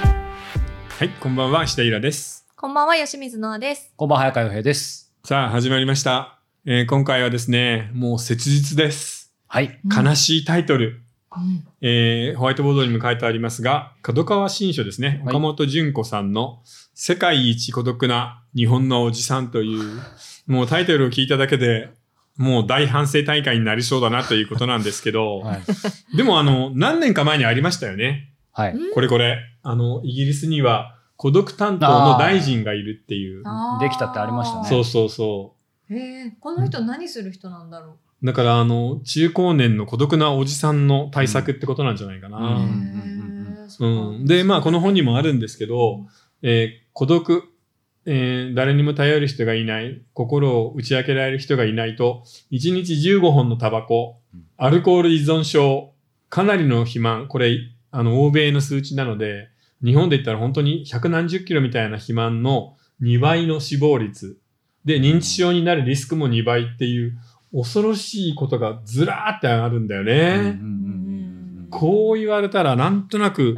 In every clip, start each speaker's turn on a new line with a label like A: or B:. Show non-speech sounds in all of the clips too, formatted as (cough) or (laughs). A: はい、こんばんは、下平です。
B: こんばんは、吉水のあです。
C: こんばんは、早川洋平です。
A: さあ、始まりました。えー今回はですね、もう切実です。
C: はい。
A: 悲しいタイトル。
B: うん
A: えーホワイトボードにも書いてありますが、角川新書ですね、
C: はい
A: 岡本純子さんの世界一孤独な日本のおじさんという、もうタイトルを聞いただけで、もう大反省大会になりそうだなということなんですけど、
C: (laughs) はい。
A: でもあの、何年か前にありましたよね。
C: はい。
A: これこれ。あの、イギリスには孤独担当の大臣がいるっていう。
B: あー
C: できたってありましたね
A: そうそうそ
B: へえ、この人何する人なんだろ
A: う。だから、あの、中高年の孤独なおじさんの対策ってことなんじゃないか
B: う。
C: うん
A: な。
B: へえ
A: う
B: そ
A: ん。
B: う
A: で、まあ、この本にもあるんですけど、えー孤独、えー誰にも頼る人がいない、心を打ち明けられる人がいないと、1日15本のタバコ
C: うん、
A: アルコール依存症、かなりの肥満、これ、あの、欧米の数値なので、日本で言ったら本当に百何十キロみたいな肥満の2倍の死亡率。で、認知症になるリスクも2倍っていう、恐ろしいことがずらーってあるんだよね。
C: うんうんうんうん
A: こう言われたら、なんとなく、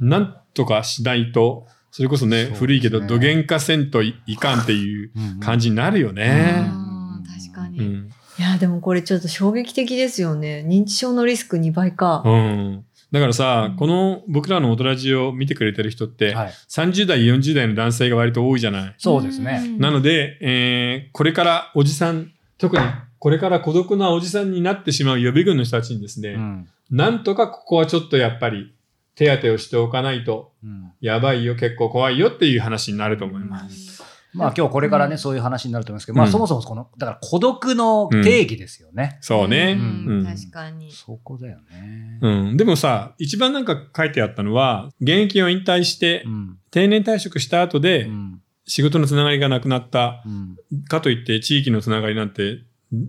A: なんとかしないと、それこそね、
C: そうですね
A: 古いけど、どげんかせんといいかんっていう
C: うんうん
A: 感じになるよ
B: う
A: ね。
B: ん確かに。
A: う
B: い
A: ん。
B: や、でもこれちょっと衝撃的ですよね。認知症のリスク2倍か。
A: うん。だからさ
B: う、ん
A: この僕らの大人ジを見てくれてる人って、
C: はい。
A: 30代、40代の男性が割と多いじゃない。
C: そうですね。
A: なの
B: で、
A: で、えーこれからおじさん、特にこれから孤独なおじさんになってしまう予備軍の人たちにです
C: う
A: ね、
C: ん。
A: なんとかここはちょっとやっぱり手当てをしておかないと、
C: うん
A: やばいよ、結構怖いよっていう話になると思います。
B: す。
C: まあ今日これからね、そういう話になると思いますけど、まあ
A: うん
C: そもそもこの、だから孤独の定義ですよね。
A: そうね。
B: ん
A: うん
B: 確かに。
C: そこだよね。
A: うん。でもさ、一番なんか書いてあったのは、現役を引退して
C: う、ん。
A: 定年退職した後
C: う
A: で、
C: ん。
A: 仕事のつながりがなくなった。
C: うん。
A: かといって、地域のつながりなんて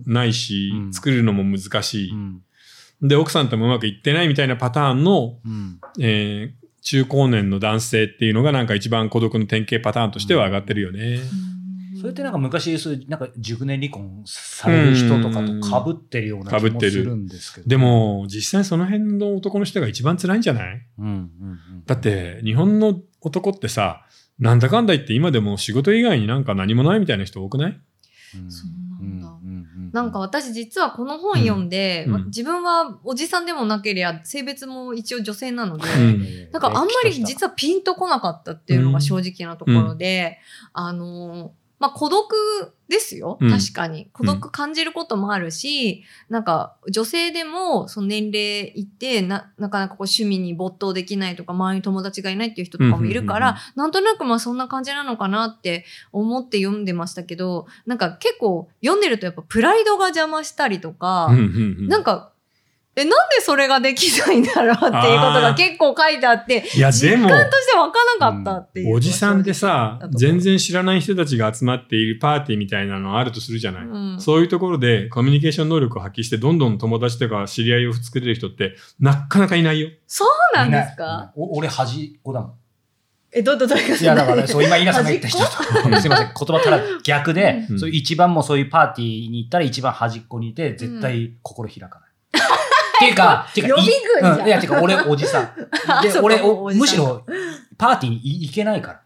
A: ないし、
C: うん
A: 作るのも難しい、
C: うん
A: で、奥さんともうまくいってないみたいなパターンの、
C: うん。
A: えー中高年の男性っていうのがなんか一番孤独の典型パターンとしては上がってるよね。
C: それってなんか昔、そういう、なんか熟年離婚される人とかと被ってるような気もするんですけど。
A: で、も、実際その辺の男の人が一番辛いんじゃない
C: うんうんうん。
A: だって日本の男ってさなんだかんだ言って今でも仕事以外になんか何もないみたいな人多くない
C: うん、
B: そうなんだ
C: うう
B: なんか、私実はこの本読んで、
A: うんうん
B: 自分はおじさんでもなけりゃ性別も一応女性なので、
A: うん
B: なんかあんまり
C: は
B: 実はピンとこなかったっていうのが正直なところで、あのーまあ、孤独ですよ、
A: うん
B: 確かに。孤独感じることもあるし、なんか女性でもその年齢いってな、なかなかこう趣味に没頭できないとか、周りに友達がいないっていう人とかもいるか
A: うんう
B: ら、なんとなくまあそんな感じなのかなって思って読んでましたけど、なんか結構読んでるとやっぱプライドが邪魔したりとか、
A: うんうんうん
B: なんか、え、なんでそれができないんだろうっていうことが結構書いてあって、
A: いやで
B: 実
A: も
B: 感として分からなかったっていう、
A: おじさんで、さ
B: だと思う
A: 全然知らない人たちが集まっているパーティーみたいなのあるとするじゃ
B: う
A: ない、
B: ん、
A: そういうところでコミュニケーション能力を発揮してどんどん友達とか知り合いを作れる人ってなかなかいないよ。
B: そうないんです
C: い
B: か
C: ないお俺、端っこだもん。
B: え、どうどうどういうこと
C: いや、だから、そう、今、イラさんが言った人
A: っこ
C: と、 (laughs) すいません、言葉たら逆で、
A: うん
C: そういう一番もうそういうパーティーに行ったら一番端っこにいて、絶対心開かない。っていう
B: (laughs)
C: か、っていうか、
B: 予備軍じゃん
C: いうんいや、ていうか、俺、おじ
B: (laughs)
C: さん。
B: あ
C: で
B: そ、う
C: 俺、
B: かもう
C: お
B: おじ
C: む
B: さ
C: し
B: ん
C: ろ、パーティーに行
B: (laughs)
C: けないから。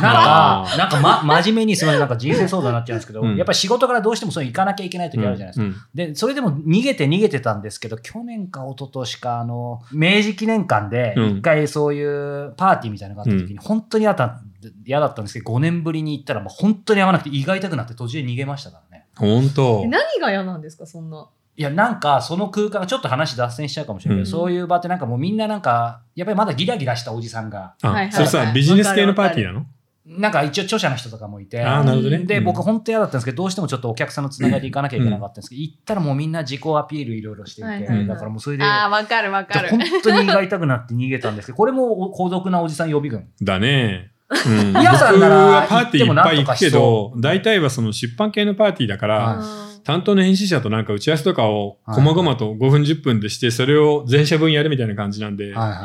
C: なん
A: あー
C: か、なんか、ま、真面目に、すみません、なんか人生相談になっちゃうんですけど、
A: うん
C: やっぱり仕事からどうしてもそういう行かなきゃいけない時あるじゃないですか
A: うん
C: で、それでも逃げて逃げてたんですけど、去年か一昨年か、あの、明治記念館で、
A: うん
C: 一回そういうパーティーみたいなのがあった時に、本当に嫌だった嫌だったんですけど、5年ぶりに行ったら、もう本当に合わなくて、胃が痛くなって途中で逃げましたからね。
A: ほんと
B: え何が嫌なんですか、そんな。
C: いや、なんか、その空間がちょっと話脱線しちゃうかもしれないけど、
B: うん
C: そういう場ってなんかもうみんななんか、やっぱりまだギラギラしたおじさんが、
A: あ、
B: はいはい
A: それさビジネス系のパーティーなの
C: なんか一応著者の人とかもいて、
A: ああーなるほどね。
C: で、
A: う
C: 僕
A: ん
C: 本当嫌だったんですけど、どうしてもちょっとお客さんのつながりで行かなきゃいけなかったんですけど、行ったらもうみんな自己アピールいろいろしていて、
B: はい
A: はいはい
C: だからもうそれで、
B: ああ、わかるわかる。
C: 本当に胃が痛くなって逃げた
B: (laughs)
C: んですけど、これも孤独なおじさん予備軍。
A: だね。うん、
C: (laughs) 皆さんな
A: 僕は
C: ら
A: パーティーいっぱい行くけど、
C: 行
A: 大体はその出版系のパーティーだから、
C: はい
B: うん
A: 担当の編集者となんか打ち合わせとかを、
C: はい
A: こまごまと5分10分でして、それを全社分やるみたいな感じなんで、
C: は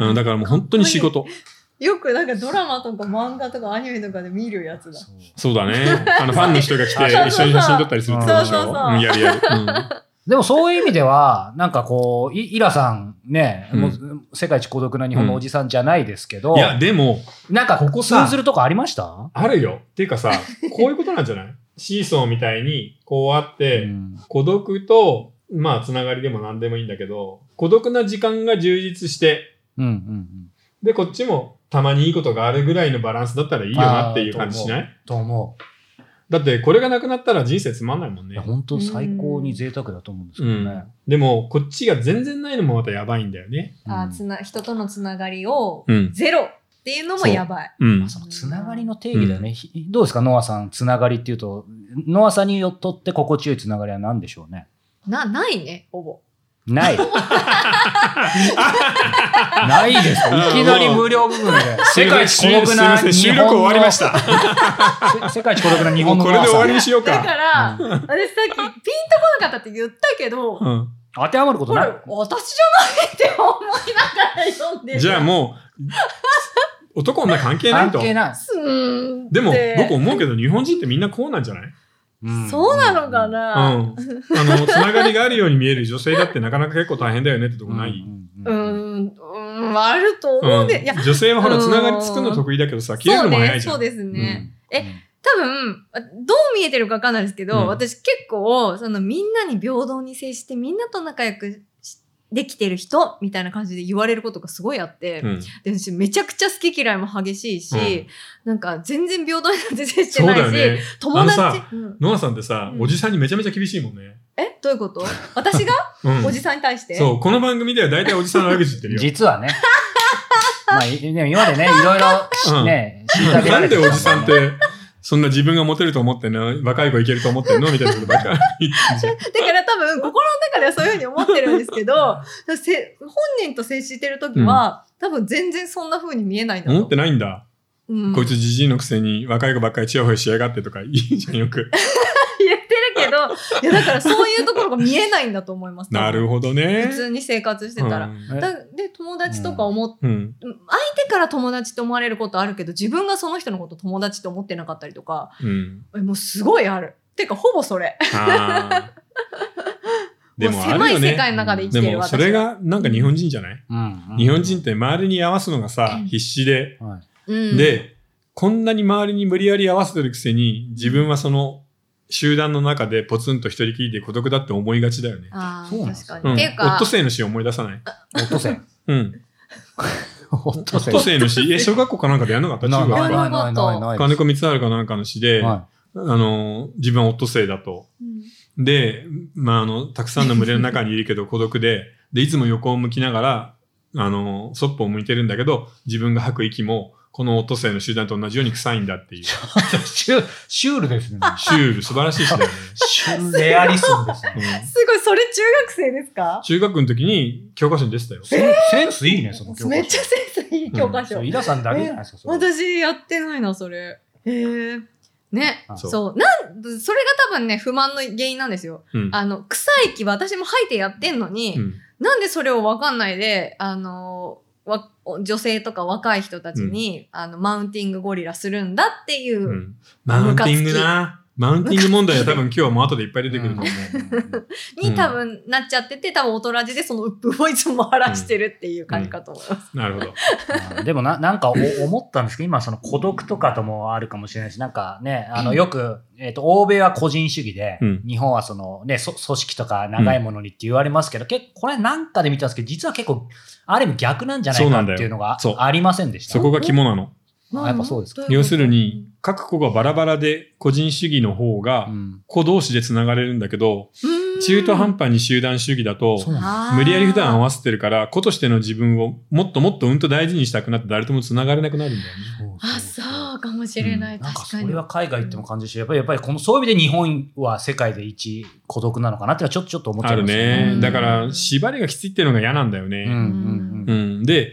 C: い
A: うん、だからもう本当に仕事。
B: よくなんかドラマとか漫画とかアニメとかで見るやつだ。
A: そうだね。あの、ファンの人が来て、
C: (laughs) そうそう
A: 一緒に写真撮ったりするってことでし
B: そうそうそ
A: ょ。
B: う
A: うんやるやる。
C: でもそういう意味では、なんかこう、いイラさんね、
A: うん
C: もう世界一孤独な日本のおじさんじゃないですけど、
A: いや、でも、
C: なんか
A: ここさ
C: 通ずるとこありました
A: あるよ。っていうかさ、こういうことなんじゃないシーソーみたいに、こうあって、
C: うん
A: 孤独と、まあ、つながりでも何でもいいんだけど、孤独な時間が充実して、
C: うんうん
A: で、こっちもたまにいいことがあるぐらいのバランスだったらいいよなっていう感じしな
C: あー
A: い
C: と思う。
A: だって、これがなくなったら人生つまんないもん
C: い
A: ね
C: や、。本当最高に贅沢だと思うんですけどね。
A: でも、こっちが全然ないのもまたやばいんだよね。
C: うん
B: あつな人とのつながりを
A: うん。
B: ゼロっていうのもやばい。
A: うん
C: そのつながりの定義だよね、ひどうですか、ノアさん、つながりっていうと、ノアさんによっとって心地よいつながりは何でしょうね。
B: な、ないね、ほぼ。
C: ない。
A: (laughs)
C: ないですかいきなり無料部分で。世界一孤独な
A: すいません
C: 日
A: 収
C: 本。
A: 録終わりましたた。
C: せ世界一孤独な日
A: も
C: 本
A: う
C: の
A: これで終わりに
C: に
A: しよう
B: だ
A: か。
B: から、私さっきピンとこなかったって言ったけど、こ
A: うん
C: 当てはまること
B: れ
C: ない。
B: 私じゃないって思いながら読んでる
A: じゃあもう、男女関係ない
C: 関
A: と。
C: 係ない。
B: うーん
A: でも
B: って、
A: 僕思うけど、日本人ってみんなこうなんじゃない
B: そうなのか
A: うん。
B: な、
A: あの、つながりがあるように見える女性だってなかなか結構大変だよねってとこ
C: うん
A: ない
B: うん
C: ん
B: ん、うん、あると思うで、いや、
A: 女性はほら、
B: うん
A: つながり作るの得意だけどさ、消える
B: そ
A: のも
B: う
A: 早い
B: ね、
A: じ
B: そ
A: ゃ。
B: うんですね。え、
C: うん
B: 多分、あどう見えてるかわかんないですけど、
A: うん
B: 私結構、そのみんなに平等に接して、みんなと仲良くしできてる人みたいな感じで言われることがすごいあって、
A: うん
B: で私めちゃくちゃ好き嫌いも激しいし、
A: うん
B: なんか全然平等になんて接し
A: そ
B: て
A: う
B: ない
A: だ
B: し、
A: よね。
B: 友達、
A: あのさ
B: うん
A: ノアさんってさ、
B: うん
A: おじさんにめちゃめちゃ厳しいもんね。
B: えどういうこと私が
A: うん
B: おじさんに対して、
A: そう、この番組では大体おじさんの悪口言ってるよ。
C: 実はね。まあ、いでも今までね、いろいろね、
A: な
C: 虐げら
A: ん
C: れ
A: で
C: て
A: お
C: きた
A: じさんって、そんな自分がモテると思ってんの若い子いけると思ってんのみたいなことばっ
B: (laughs)
A: かり言ってんじゃん。
B: だから多分心の中ではそういうふうに思ってるんですけどせ本人と接してる時は、多分全然そんなふうに見えないんだと
A: 思ってないんだ。
B: うん
A: こいつじじいのくせに若い子ばっかりチヤホヤしやがってとか言うじゃんよく。
B: (laughs) 言ってるけど、いやだからそういうところが見えないんだと思いま
A: (laughs)
B: す。
A: なるほどね。
B: 普通に生活してたら。
A: うん
B: だで、友達とか思っ、
A: うん。
B: 相手から友達って思われることあるけど、自分がその人のこと友達って思ってなかったりとか、 (laughs)
A: うん。
B: えもうすごいある。てか、ほぼそれ。
A: あーで
B: う
A: もあ
B: 狭
A: るよ
B: い世
A: ね。
B: 界の中で生き
A: で
B: てる
A: も
B: 私
A: そ
B: は。
A: れがなんか日本人じゃない、
C: うんうん
A: 日本人って周りに合わすのがさ
B: うん、
A: 必死で。
C: はい
B: うん、
A: で、こんなに周りに無理やり合わせてるくせに、自分はその集団の中でポツンと一人きりで孤独だって思いがちだよね。
B: あ
C: そうなん
B: あ、
C: ですよ
B: 確か
A: う
B: に。
A: ん。オ
B: っていうか、
A: ットセイの詩を思い出さない。
C: オットセン。
A: うん。
C: オッ
A: オットセイの詩。え、小学校かなんかでやんなかった中学
B: やらな
A: か。
B: い
C: な
A: 金子光晴かなんかの詩で、
C: は
A: あの、自分はオットセイだと。
B: うん
A: で、まあ、あの、たくさんの群れの中にいるけど (laughs) 孤独で、で、いつも横を向きながら、あの、そっぽを向いてるんだけど、自分が吐く息も、このオットセイの集団と同じように臭いんだっていう、シ
C: い。シュシュールです
B: (laughs)
C: ね。
A: ュール、素晴らしい詩だよね。
C: シュールレアリスムです
A: (laughs) う
C: ね。
A: ん
B: すごい、それ中学生ですか
A: 中学の時に教科書に出てたよ。
C: センセンスいいね、その教科書。
B: めっちゃセンスいい教科書。
C: そう井田さんだけじゃないですか、それ
B: 私やってないな、それ。へえ。ね。
C: あ
A: そう
B: そう。なん、それが多分ね、不満の原因なんですよ。
A: うん。
B: あの、臭い気私も吐いてやってんのに、
A: うん
B: なんでそれをわかんないで、あの、わ女性とか若い人たちに、あの、マウンティングゴリラするんだっていうう。
A: ん。マウンティングな。マウンティング問題は多分今日はもう後でいっぱい出てくると思う。う
B: に
A: ん
B: 多分なっちゃってて、多分大人じでその鬱憤をいつも晴らしてるっていう感じかと思います。
A: なるほど。
C: うんでもな、なんかお思ったんですけど、今その孤独とかともあるかもしれないし、なんかね、あの、よく、えっ、と、欧米は個人主義で、
A: うん
C: 日本はそのね、そ組織とか長いものにって言われますけど、結構これなんかで見たんですけど、実は結構、ある意味逆なんじゃないかっていうのが
A: そうなんだよそう
C: ありませんでした。
A: そこが肝なの。
C: あやっぱそうですか
B: どいこ
A: 要
B: と
A: するに、、各個がバラバラで個人主義の方
C: う
A: が、
C: ん
A: 子同士で繋がれるんだけど、
B: うん
A: 中途半端に集団主義だと、
C: そうなんだ
B: あー
A: 無理やり普段合わせてるから、子としての自分をもっともっとうんと大事にしたくなって誰とも繋がれなくなるんだよね。
B: あ、そうかもしれない。
C: なんか
B: 確
C: そ
B: かに。
C: れは海外行っても感じるし、やっぱりやっぱりこのそういう意味で日本は世界で一孤独なのかなっていうのはちょっとちょっと思っち
A: あ
C: ゃい
A: る
C: ます
A: ね。
B: うん
A: だから、縛りがきついっていうのが嫌なんだよ
C: うん
A: ね。
C: うん
A: う
C: うん
A: ん、で、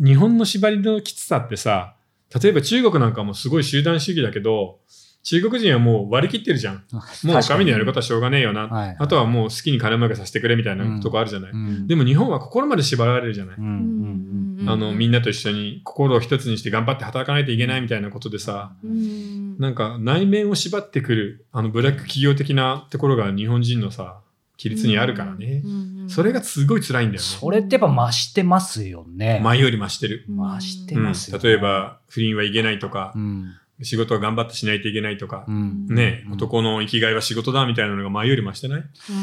A: 日本の縛りのきつさってさ、例えば中国なんかもすごい集団主義だけど、中国人はもう割り切ってるじゃん。もう神のやることはしょうがねえよな。
C: はい
A: あとはもう好きに金儲けさせてくれみたいなとこあるじゃない。
C: うん
A: でも日本は心まで縛られるじゃない。
C: うんう
B: うんん
A: あの、みんなと一緒に心を一つにして頑張って働かないといけないみたいなことでさ、
B: うん
A: なんか内面を縛ってくる、あのブラック企業的なところが日本人のさ、規律にあるからね。
B: うんうんうん
A: それがすごい辛いんだよね。
C: それってやっぱ増してますよね。
A: 前より増してる。
C: 増して
A: うん、
C: ますよ、ね
A: 例え。ば、不倫はいけないとか
C: う、ん。
A: 仕事は頑張ってしないといけないとか
C: う、ん。
A: ね
C: うん
A: 男の生きがいは仕事だみたいなのが前より増してない
B: うん確か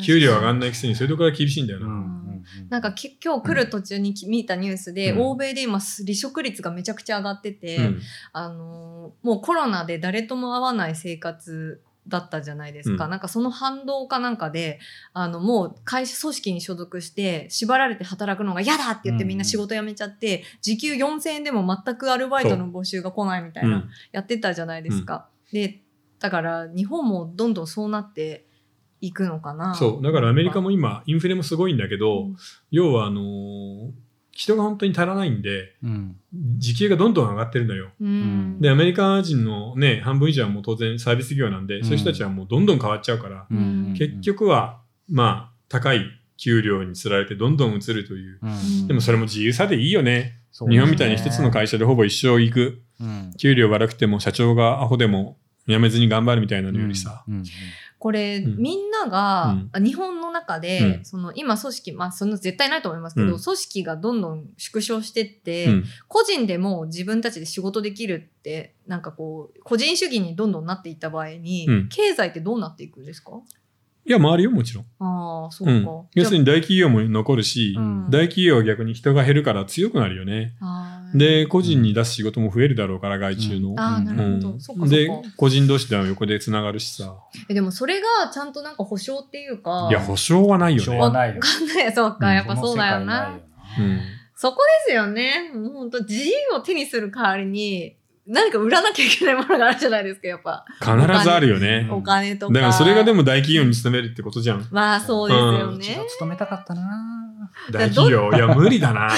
B: に
A: 給料上がんないくせにそういうところが厳しいんだよ
C: う
A: な。
C: ん。
B: なんかき今日来る途中にき見たニュースで、
A: うん
B: 欧米で今す離職率がめちゃくちゃ上がってて、
A: うん
B: あのーもうコロナで誰とも会わない生活だったじゃないですか、
A: うん
B: なんかその反動かなんかであのもう会社組織に所属して縛られて働くのが嫌だって言ってみんな仕事辞めちゃって、時給4000円でも全くアルバイトの募集が来ないみたいな、
A: うん
B: やってたじゃないですか。でだから日本もどんどんそうなっていくのかな。
A: そう。だからアメリカも今、インフレもすごいんだけど、
B: うん
A: 要はあのー人が本当に足らないんで、
C: うん。
A: 時給がどんどん上がってるのよ。
B: うん
A: で、アメリカ人のね、半分以上はもう当然サービス業なんで、
C: うん
A: そういう人たちはもうどんどん変わっちゃうから、
C: うんうん
A: 結、局は、まあ、高い給料につられてどんどん移るという。
C: うん
A: でもそれも自由さでいいよね。
C: そうで
A: 日
C: すね
A: 本みたいに一つの会社でほぼ一生行く。
C: うん
A: 給料悪くても社長がアホでも辞めずに頑張るみたいなのよりさ。
C: うん
B: これ、
A: うん
B: みんなが、あ日本の中で、
A: うん
B: その今組織まあそんな絶対ないと思いますけど、
A: うん
B: 組織がどんどん縮小してって、
A: うん
B: 個人でも自分たちで仕事できるってなんかこう個人主義にどんどんなっていった場合に、
A: うん
B: 経済ってどうなっていくんですか
A: いや、回るよ、もちろん。
B: ああそう
A: う
B: か、
A: ん、要する
B: に
A: に大企業も残るし、
B: うん
A: 大企業は逆に人が減るから強くなるよね。で、個人に出す仕事も増えるだろうから、外注の。
B: ああな
A: う
B: るほ
A: ん
B: ど、そうかそう
A: で
B: か、
A: 個人同士では横でつながるしさ。
B: えでもそれがちゃんとなんか保証っていうか
A: いや、保証はないよ
C: しょうが
A: ね。
C: ないよ。
B: (laughs) ねそうか、
A: うん
B: (laughs) やっぱそうだよな
A: うん、
B: そこですよね。もう本当自由を手にする代わりに、何か売らなきゃいけないものがあるじゃないですか、やっぱ。
A: 必ずあるよね。
C: うん
B: お金とか。
A: だからそれがでも大企業に勤めるってことじゃん。
B: まあそうですよ
C: 一度
B: ね。
C: 勤めたかったな
A: 大企業。いや、無理だな。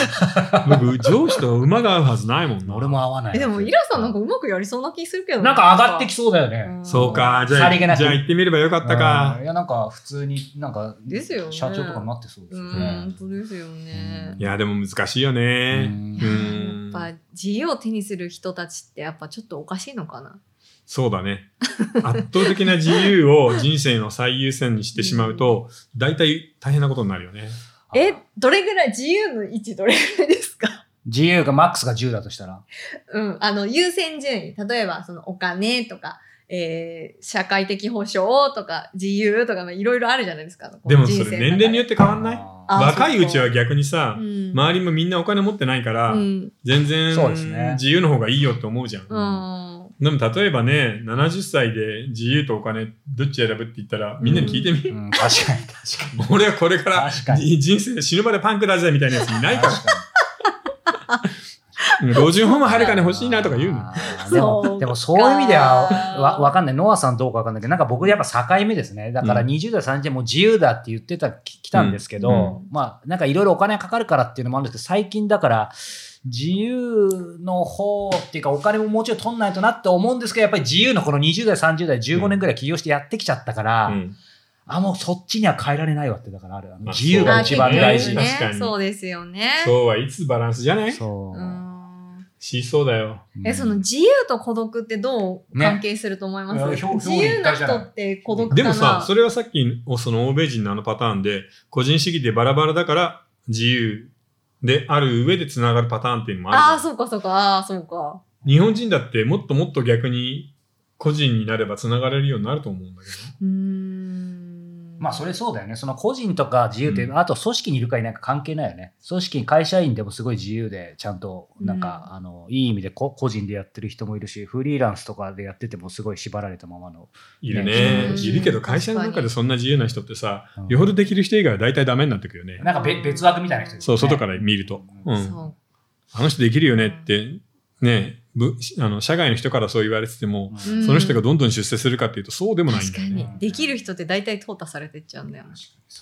A: 僕、上司と馬が合うはずないもんな。
C: 俺も合わない。
B: えでも、イラさんなんかうまくやりそうな気するけど
C: なんか上がってきそうだよね。
B: うん
A: そうか。じゃ
C: さ
A: あ、
C: りげなく
A: じゃあ行ってみればよかった
C: う
A: か
C: ん。いや、なんか普通に、なんか、
B: ですよね
C: 社長とかになってそうです
B: う
C: よ
B: ん、
C: ね
B: 本。当ですよね
A: い。や、でも難しいよ
C: う
A: ね。
C: ん
B: や
A: うん
B: っぱ自由を手にする人たちってやっぱちょっとおかしいのかな。
A: そうだ
C: (laughs)
A: ね。圧倒的な自由を人生の最優先にしてしまうと、大体大変なことになるよね。
B: え、どれぐらい、自由の位置どれぐらいですか
C: 自由がマックスが10だとしたら。
B: うん、あの、優先順位。例えば、そのお金とか、えー社会的保障とか、自由とか、まあいろいろあるじゃないですか。
A: でもそれ年齢によ
B: っ
A: って変わんない
B: あー
A: 若いうち
B: そ
A: は
B: う
A: 逆にさ、
B: うん
A: 周りもみんなお金持ってないから、
B: うん。
A: 全然
C: そうですね
A: 自由の方がいいよって思うじゃん。
B: うん。
A: でも例えばね、70歳で自由とお金どっち選ぶって言ったらみんなに聞いてみ、
C: うん、確かに、確かに。
A: 俺はこれから
C: 確かに
A: 人生死ぬまでパンクだぜみたいなやついないか
B: (laughs)
C: 確かに
A: ら。50本もはるかに欲しいなとか言うの。
C: あーで
B: そう
C: も、
B: か
C: でもそういう意味では、わ、わかんない。ノアさんどうかわかんないけど、なんか僕やっぱ境目ですね。だから
A: うん
C: 20代、30代もう自由だって言ってた、き来たんですけど、
A: うん
B: うん
C: まあ、なんかいろいろお金かかるからっていうのもあるんですけど、最近だから、自由の方っていうか、お金ももうちょい取んないとなって思うんですけど、やっぱり自由のこの20代、30代、15年ぐらい起業してやってきちゃったから、
A: うん
C: あ、もうそっちには変えられないわって、だからある。あの
A: あ
C: 自由が一番大事。
A: そう
B: ね
A: 確かに
B: そうですよね。
A: そうはいつバランスじゃない
C: そうう。
B: ん
A: しそうだよ。
B: え、その自由と孤独ってどう
C: ね
B: 関係すると思います、
C: いやひょ
B: 自由な人って孤独かな
A: でもさ、それはさっきのその欧米人のあのパターンで、個人主義でバラバラだから自由である上で繋がるパターンっていうのもある。
B: ああ、そうかそうか、ああー、そうか。
A: 日本人だってもっともっと逆に個人になれば繋がれるようになると思うんだけ
B: うーん。
C: まあそれそうだよね。その個人とか自由って、
A: うん
C: あと組織にいるかいないか関係ないよね。組織、会社員でもすごい自由で、ちゃんと、なんか、あの、いい意味でこ個人でやってる人もいるし、フリーランスとかでやっててもすごい縛られたままの。
A: ど。いる
C: ね
A: ね。
C: うん
A: いるけど会社の中でそんな自由な人ってさ、
C: うん
A: よほどできる人以外は大体ダメになってくよね。
C: なんかべ別枠みたいな人、
A: そう、外から見ると。う
C: うん
A: ん。
B: そ
A: あの人できるよねって、ね、ぶあの社外の人からそう言われてても、
B: う。うん
A: その人がどんどん出世するかっていうとそうでもないん
B: 確
A: だ
B: か
A: よね。
B: に。できる人って大体淘汰されてっちゃうんだよね。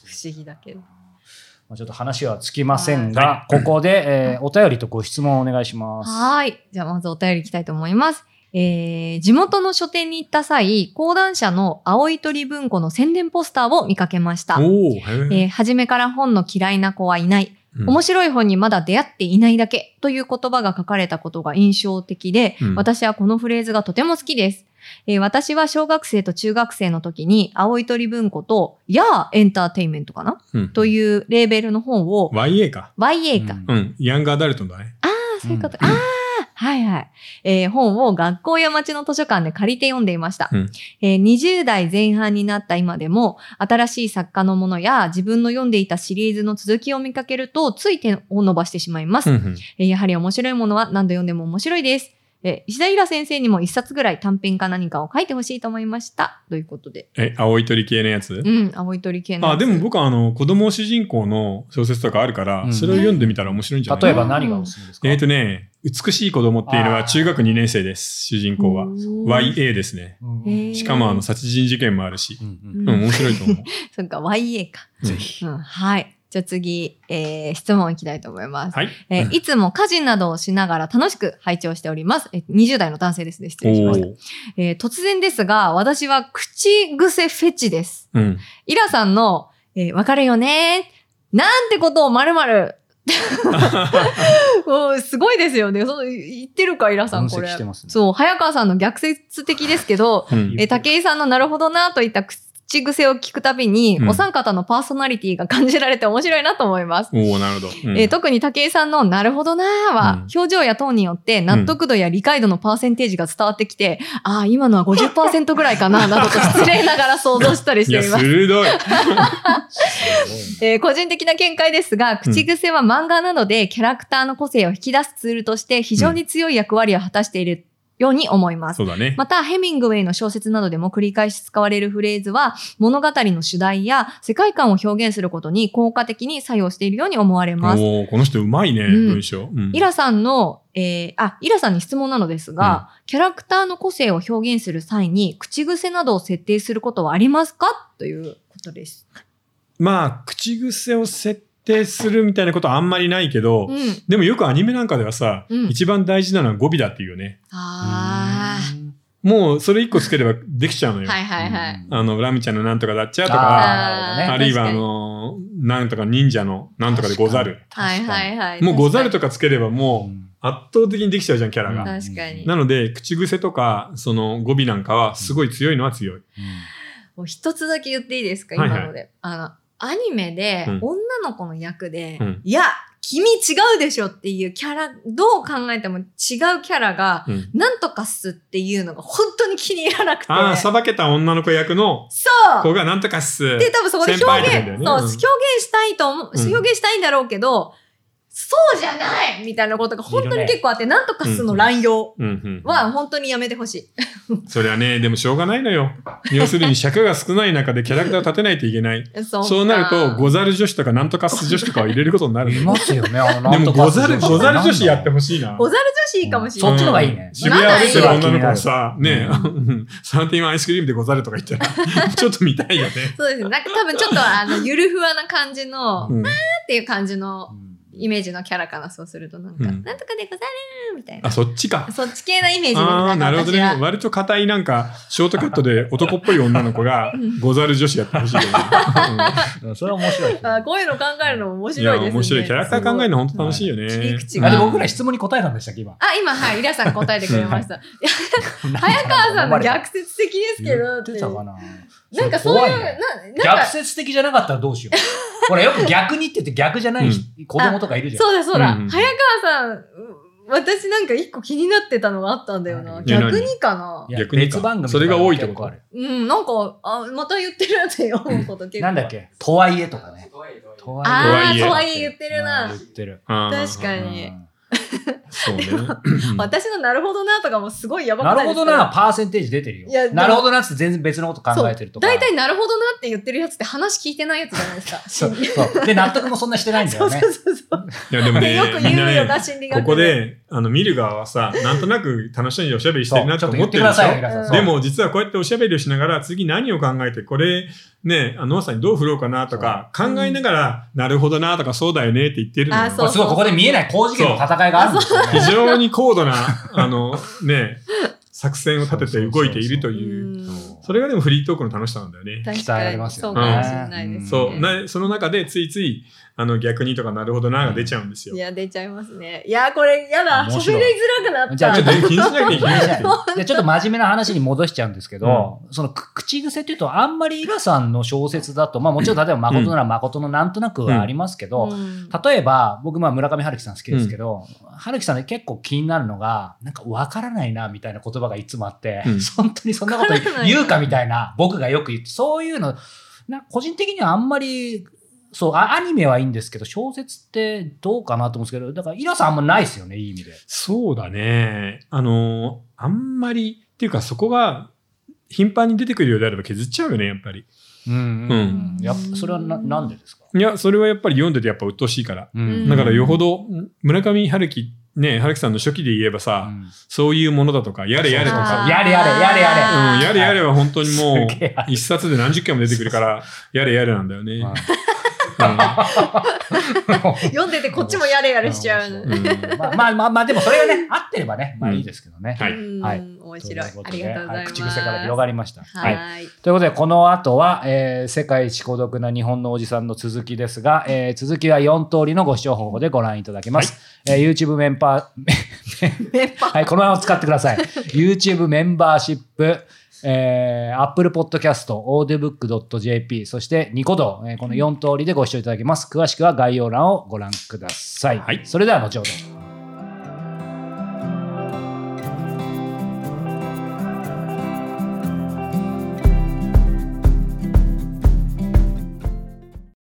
B: 不思議だけど。
C: まあちょっと話はつきませんが、ここで、えーお便りとご質問をお願いします。
B: はい。じゃあまずお便りいきたいと思います。えー、地元の書店に行った際、講談社の青い鳥文庫の宣伝ポスターを見かけました。
A: おお、へ
B: えー、初めから本の嫌いな子はいない。
A: うん
B: 面白い本にまだ出会っていないだけという言葉が書かれたことが印象的で、
A: うん
B: 私はこのフレーズがとても好きです。えー私は小学生と中学生の時に、青い鳥文庫と、ヤーエンターテインメントかな
A: うん
B: というレーベルの本を、
A: YA か。
B: YA か。
C: うん
A: うん。ヤングアダルトだね。
B: ああ、そういうこと。ああ、はいはい。えー本を学校や町の図書館で借りて読んでいました、
A: うん
B: えー20代前半になった今でも、新しい作家のものや自分の読んでいたシリーズの続きを見かけると、つい手を伸ばしてしまいます。
A: うんうん
B: えーやはり面白いものは何度読んでも面白いです。えー石田イラ先生にも一冊ぐらい短編か何かを書いてほしいと思いました。ということで。
A: え、青い鳥系のやつ
B: うん、青い鳥系のや
A: あ、
B: つ。
A: でも僕はあの、子供主人公の小説とかあるから、
C: うん
A: それを読んでみたら面白いんじゃない
C: 例えば何がおすすめですか
A: えっ、とね、美しい子供っていうのは中学2年生です、主人公は。
B: おー
A: YA ですね。
C: うん
B: へー
A: しかもあの、殺人事件もあるし
C: う。ん
A: うん、面白いと思う。
B: そっか、YA か。
C: うんぜひ。
B: うん、はい。じゃあ次、えー質問いきたいと思います。
A: はい。
B: えーいつも家事などをしながら楽しく拝聴しております。えー20代の男性ですね。失
A: お
B: 礼しました。
A: ー
B: えー突然ですが、私は口癖フェチです。
A: うん。
B: イラさんの、えーわかるよねなんてことをまるま
C: (laughs)
B: る。うんすごいですよね。その言ってるか、イラさん、
C: 分
B: こ
C: 析
B: れ。
C: してますね。
B: そう、早川さんの逆説的ですけど、
A: うん
B: えー、武井さんのなるほどなといった口癖を聞くたびに、
A: うん
B: お三方のパーソナリティが感じられて面白いなと思います。
A: おおなるほど。うん
B: えー特に武井さんの「なるほどな」
A: うん
B: は、表情やトーンによって納得度や理解度のパーセンテージが伝わってきて、ああ今のは50%ぐらい
A: (laughs)
B: かななどと失礼ながら想像したりし
A: いや、
B: ています。
A: 鋭い。
B: えー個人的な見解ですが、口癖は漫画などでキャラクターの個性を引き出すツールとして非常に強い役割を果たしているように思います。
A: そうだね。
B: また、ヘミングウェイの小説などでも繰り返し使われるフレーズは、物語の主題や世界観を表現することに効果的に作用しているように思われます。
A: おおこの人うまいね、
B: うん
A: 文章。うん
B: イラさんの、えーあ、イラさんに質問なのですが、キャラクターの個性を表現する際に、口癖などを設定することはありますかということです。
A: まあ、口癖を設定するみたいなことはあんまりないけど、
B: うん。
A: でもよくアニメなんかではさ、
B: うん
A: 一番大事なのは語尾だっていうよね。
B: あ
A: もうそれ一個つければできちゃうの
B: ー。
A: よ。
B: はいはいはい。
A: あの、ラミちゃんのなんとかだっちゃとか、
C: あー
A: あ
C: ー
B: ー
A: るいはあ
B: 確かに
A: の、なんとか忍者のなんとかでござる。
B: はいはいはい。
A: もうござる
B: 確
A: とかつければもう圧倒的にできちゃうじゃん、キャラ
B: か
A: が。
B: に確かに。
A: なので、口癖とか、その語尾なんかはすごい強いのは強い。
B: もう一つだけ言っていいですか、
A: はいはい
B: 今ので。あの、アニメで、
A: うん
B: 女の子の役で、
A: うん
B: いや、君違うでしょっていうキャラ、どう考えても違うキャラが、
A: うん
B: なんとかすっていうのが本当に気に入らなくて。
A: ああ、さばけた女の子役の
B: そう
A: 子がなんとかっす。
B: で、多分そこで
A: 先輩と
B: 表
A: か
B: 現、
A: だよね
B: そう、
A: うん
B: 表現したいと思う、
A: うん
B: 表現したいんだろうけど、そうじゃないみたいなことが本当に結構あって、なんとかすの乱用
A: うんうん、
B: は本当にやめてほしい。
A: それはね、でもしょうがないのよ。要するに尺が少ない中でキャラクターを立てないといけない。
B: そっか
A: そうなると、ござる女子とかなんとかす女子とかを入れることになる
C: い
A: の。
C: ますよね、あの
A: でもござる、ござる女子やって
C: も
A: ほしいな。
B: ござる女子いいかもしれない。
C: そっちの方がいいね
A: うん渋谷歩いてる女の子もさ、
C: なら
A: ね
C: な、
A: サンティワンアイスクリームでござるとか言ったら、ちょっと見たいよね。
B: そうですね。なんか多分ちょっとあの、ゆるふわな感じの、
A: うん
B: っていう感じのイメージのキャラかな、そうするとなんか、
A: うん
B: なんとかでござるみたいな
A: あ、。そっちか。
B: そっち系なイメージです
A: ああ、なるほどね。
B: 私は
A: 割と硬いなんか、ショートカットで男っぽい女の子 (laughs) が
B: うん、
A: ござる女子やってほしいよね。
C: うんそれは面白いですね。
B: あこういうの考えるのも
A: (laughs)
B: 面
A: うんい
B: 白い
A: や、
B: ですね。
A: 面白い。キャラクター考える
B: の。
A: の本当楽しいよね。
B: すごい切り口
C: あ
B: が
C: れ僕ら質問に答えたんでしたっけ、今。
B: あ、今、はい、イラさん答えてくれました。いや早川さんの逆説的ですけど、
C: 言ってたかな
B: なんかそういう、
C: 怖ね
B: な、なん
C: 逆
B: か、
C: 説的じゃなかったらどうしよ
B: (laughs)
C: う。ほら、よく逆にって言って逆じゃない子供とかいるじゃん。
B: そうだそうだ、
A: うん
B: 早川さん、う私なんか一個気になってたのがあったんだよな。
C: 何
B: 逆にかない
C: や
A: 逆にか
C: 別番組
A: それが多いってこと
C: か結構ある
B: うん、なんか、あ、また言ってるって思うこと結構。
C: なんだっけとはいえとかね。とはい
A: え
B: ああ、
A: と
B: と
A: は
B: はいえ言ってる
C: うん
B: な
C: 言。ってる。
A: あー
B: 確かに
C: うん
A: そうね。 (laughs)
B: 私のなるほどなとかもすごいやばく
C: ないる
B: で
C: ほ
B: すか
C: ど
B: ら
C: な、パーセンテージ出てる
B: いやで
C: よ。
B: も
C: なるほどなって全然別のこと考えてるとか。
B: 大体なるほどなって言ってるやつって話聞いてないやつじゃないですか。
C: そう
B: 心理
C: そう。で、納得もそんなしてないんだ
B: そ
C: よ
B: う
C: ね
B: そ。うそうそう。
A: いや、でも
B: で
A: ね
B: よく、
A: みん
B: 言
A: な
B: うよ
A: ね
B: な、、心理学
A: ここ。で、あの、見る側はさ、なんとなく楽しそうにおしゃべりして
C: そ
A: る
C: う
A: な
C: ち
A: と
C: ょっと
A: 思
C: 言
A: っ
C: って
A: て
C: く
A: るで
C: だ
A: し
C: さいよ、
A: ょ
C: 平さん。
A: でも、実はこうやっておしゃべりをしながら、次何を考えて、これ、ね、あの、まさにどう振ろうかなとか、考
B: う
A: えながら、なるほどなとか、そうだよねって言ってるの
B: あ
A: よ
B: そ
C: そう、すごい、ここで見えない高次元の戦いがあるんですよね
A: 非常に高度な、あの、ね、作戦を立てて動いていると
B: う
A: いう。
B: ん
A: それがでもフリートークの楽しさなんだよね。
B: 確
C: 鍛え
B: から
C: れま
B: に
C: す
B: そ
C: よ
B: う
C: ね
B: かもしれないですね。
A: そう、なその中でついついあの逆にとかなるほどなが出ちゃうんですよ。
B: い
A: じ
B: や、出ちゃいますね。いや、これ、やだ。
C: 面
B: 喋
C: 白い
B: りづらくなった。
C: じゃ
A: ゃあ
C: あ
A: ちょっと気にしなきゃいけない
C: (laughs)
A: っていう。
C: じゃあちょっと真面目な話に戻しちゃうんですけど、そのく口癖っていうと、あんまりイラさんの小説だと、まあもちろん例えば誠なら誠のなんとなくはありますけど、
B: うん
C: 例えば、僕、まあ、村上春樹さん好きですけど、春樹さんで結構気になるのが、なんか、わからないな、みたいな言葉がいつもあって、
A: うん
C: 本当にそんなこと
B: わからない
C: 言うかみたいな、僕がよく言って、そういうの、な個人的にはあんまり、そうあ、アニメはいいんですけど、小説ってどうかなと思うんですけど、だから、イラさんあんまないですよね、いい意味で。
A: そうだね。あの、あんまり、っていうかそこが頻繁に出てくるようであれば削っちゃうよね、やっぱり。
C: うん、
A: う
C: うん
B: ん。
C: やっぱそれはな、なんでですか
A: いや、それはやっぱり読んでてやっぱ鬱陶しいから。
C: う
B: うん
A: だからよほど、村上春樹、ね、春樹さんの初期で言えばさ、
C: うん
A: そういうものだとか、やれやれと
C: あ
A: か、
C: ーやれやれやれや
A: う
C: れ
A: ん、やれやれは本当にもう
C: すげえ、
A: 一冊で何十回も出てくるから、やれやれなんだよね。
B: 読んでてこっちもやれやれしちゃう。
A: う
C: 面
A: んうん
C: まあまあまあまあ、でもそれがね、合ってればね、まあいいですけどね。
A: は
B: う
A: い。
B: ん
C: はい
B: 面
C: とい
B: 白い。
C: うこ
B: あ
C: と
B: り
C: で
B: がとうございます。
C: 口癖から広がりました。
B: はい。
C: ということで、この後は、えー世界一孤独な日本のおじさんの続きですが、えー続きは4通りのご視聴方法でご覧いただけます。えー YouTube メンバー、
B: メンバー
C: はい、このまま使ってください。YouTube メンバーシップ、えー、Apple Podcast、audiobook.jp、そしてニコ動、えーこの4通りでご視聴いただけます。詳しくは概要欄をご覧ください。
A: はい
C: それでは後ほど。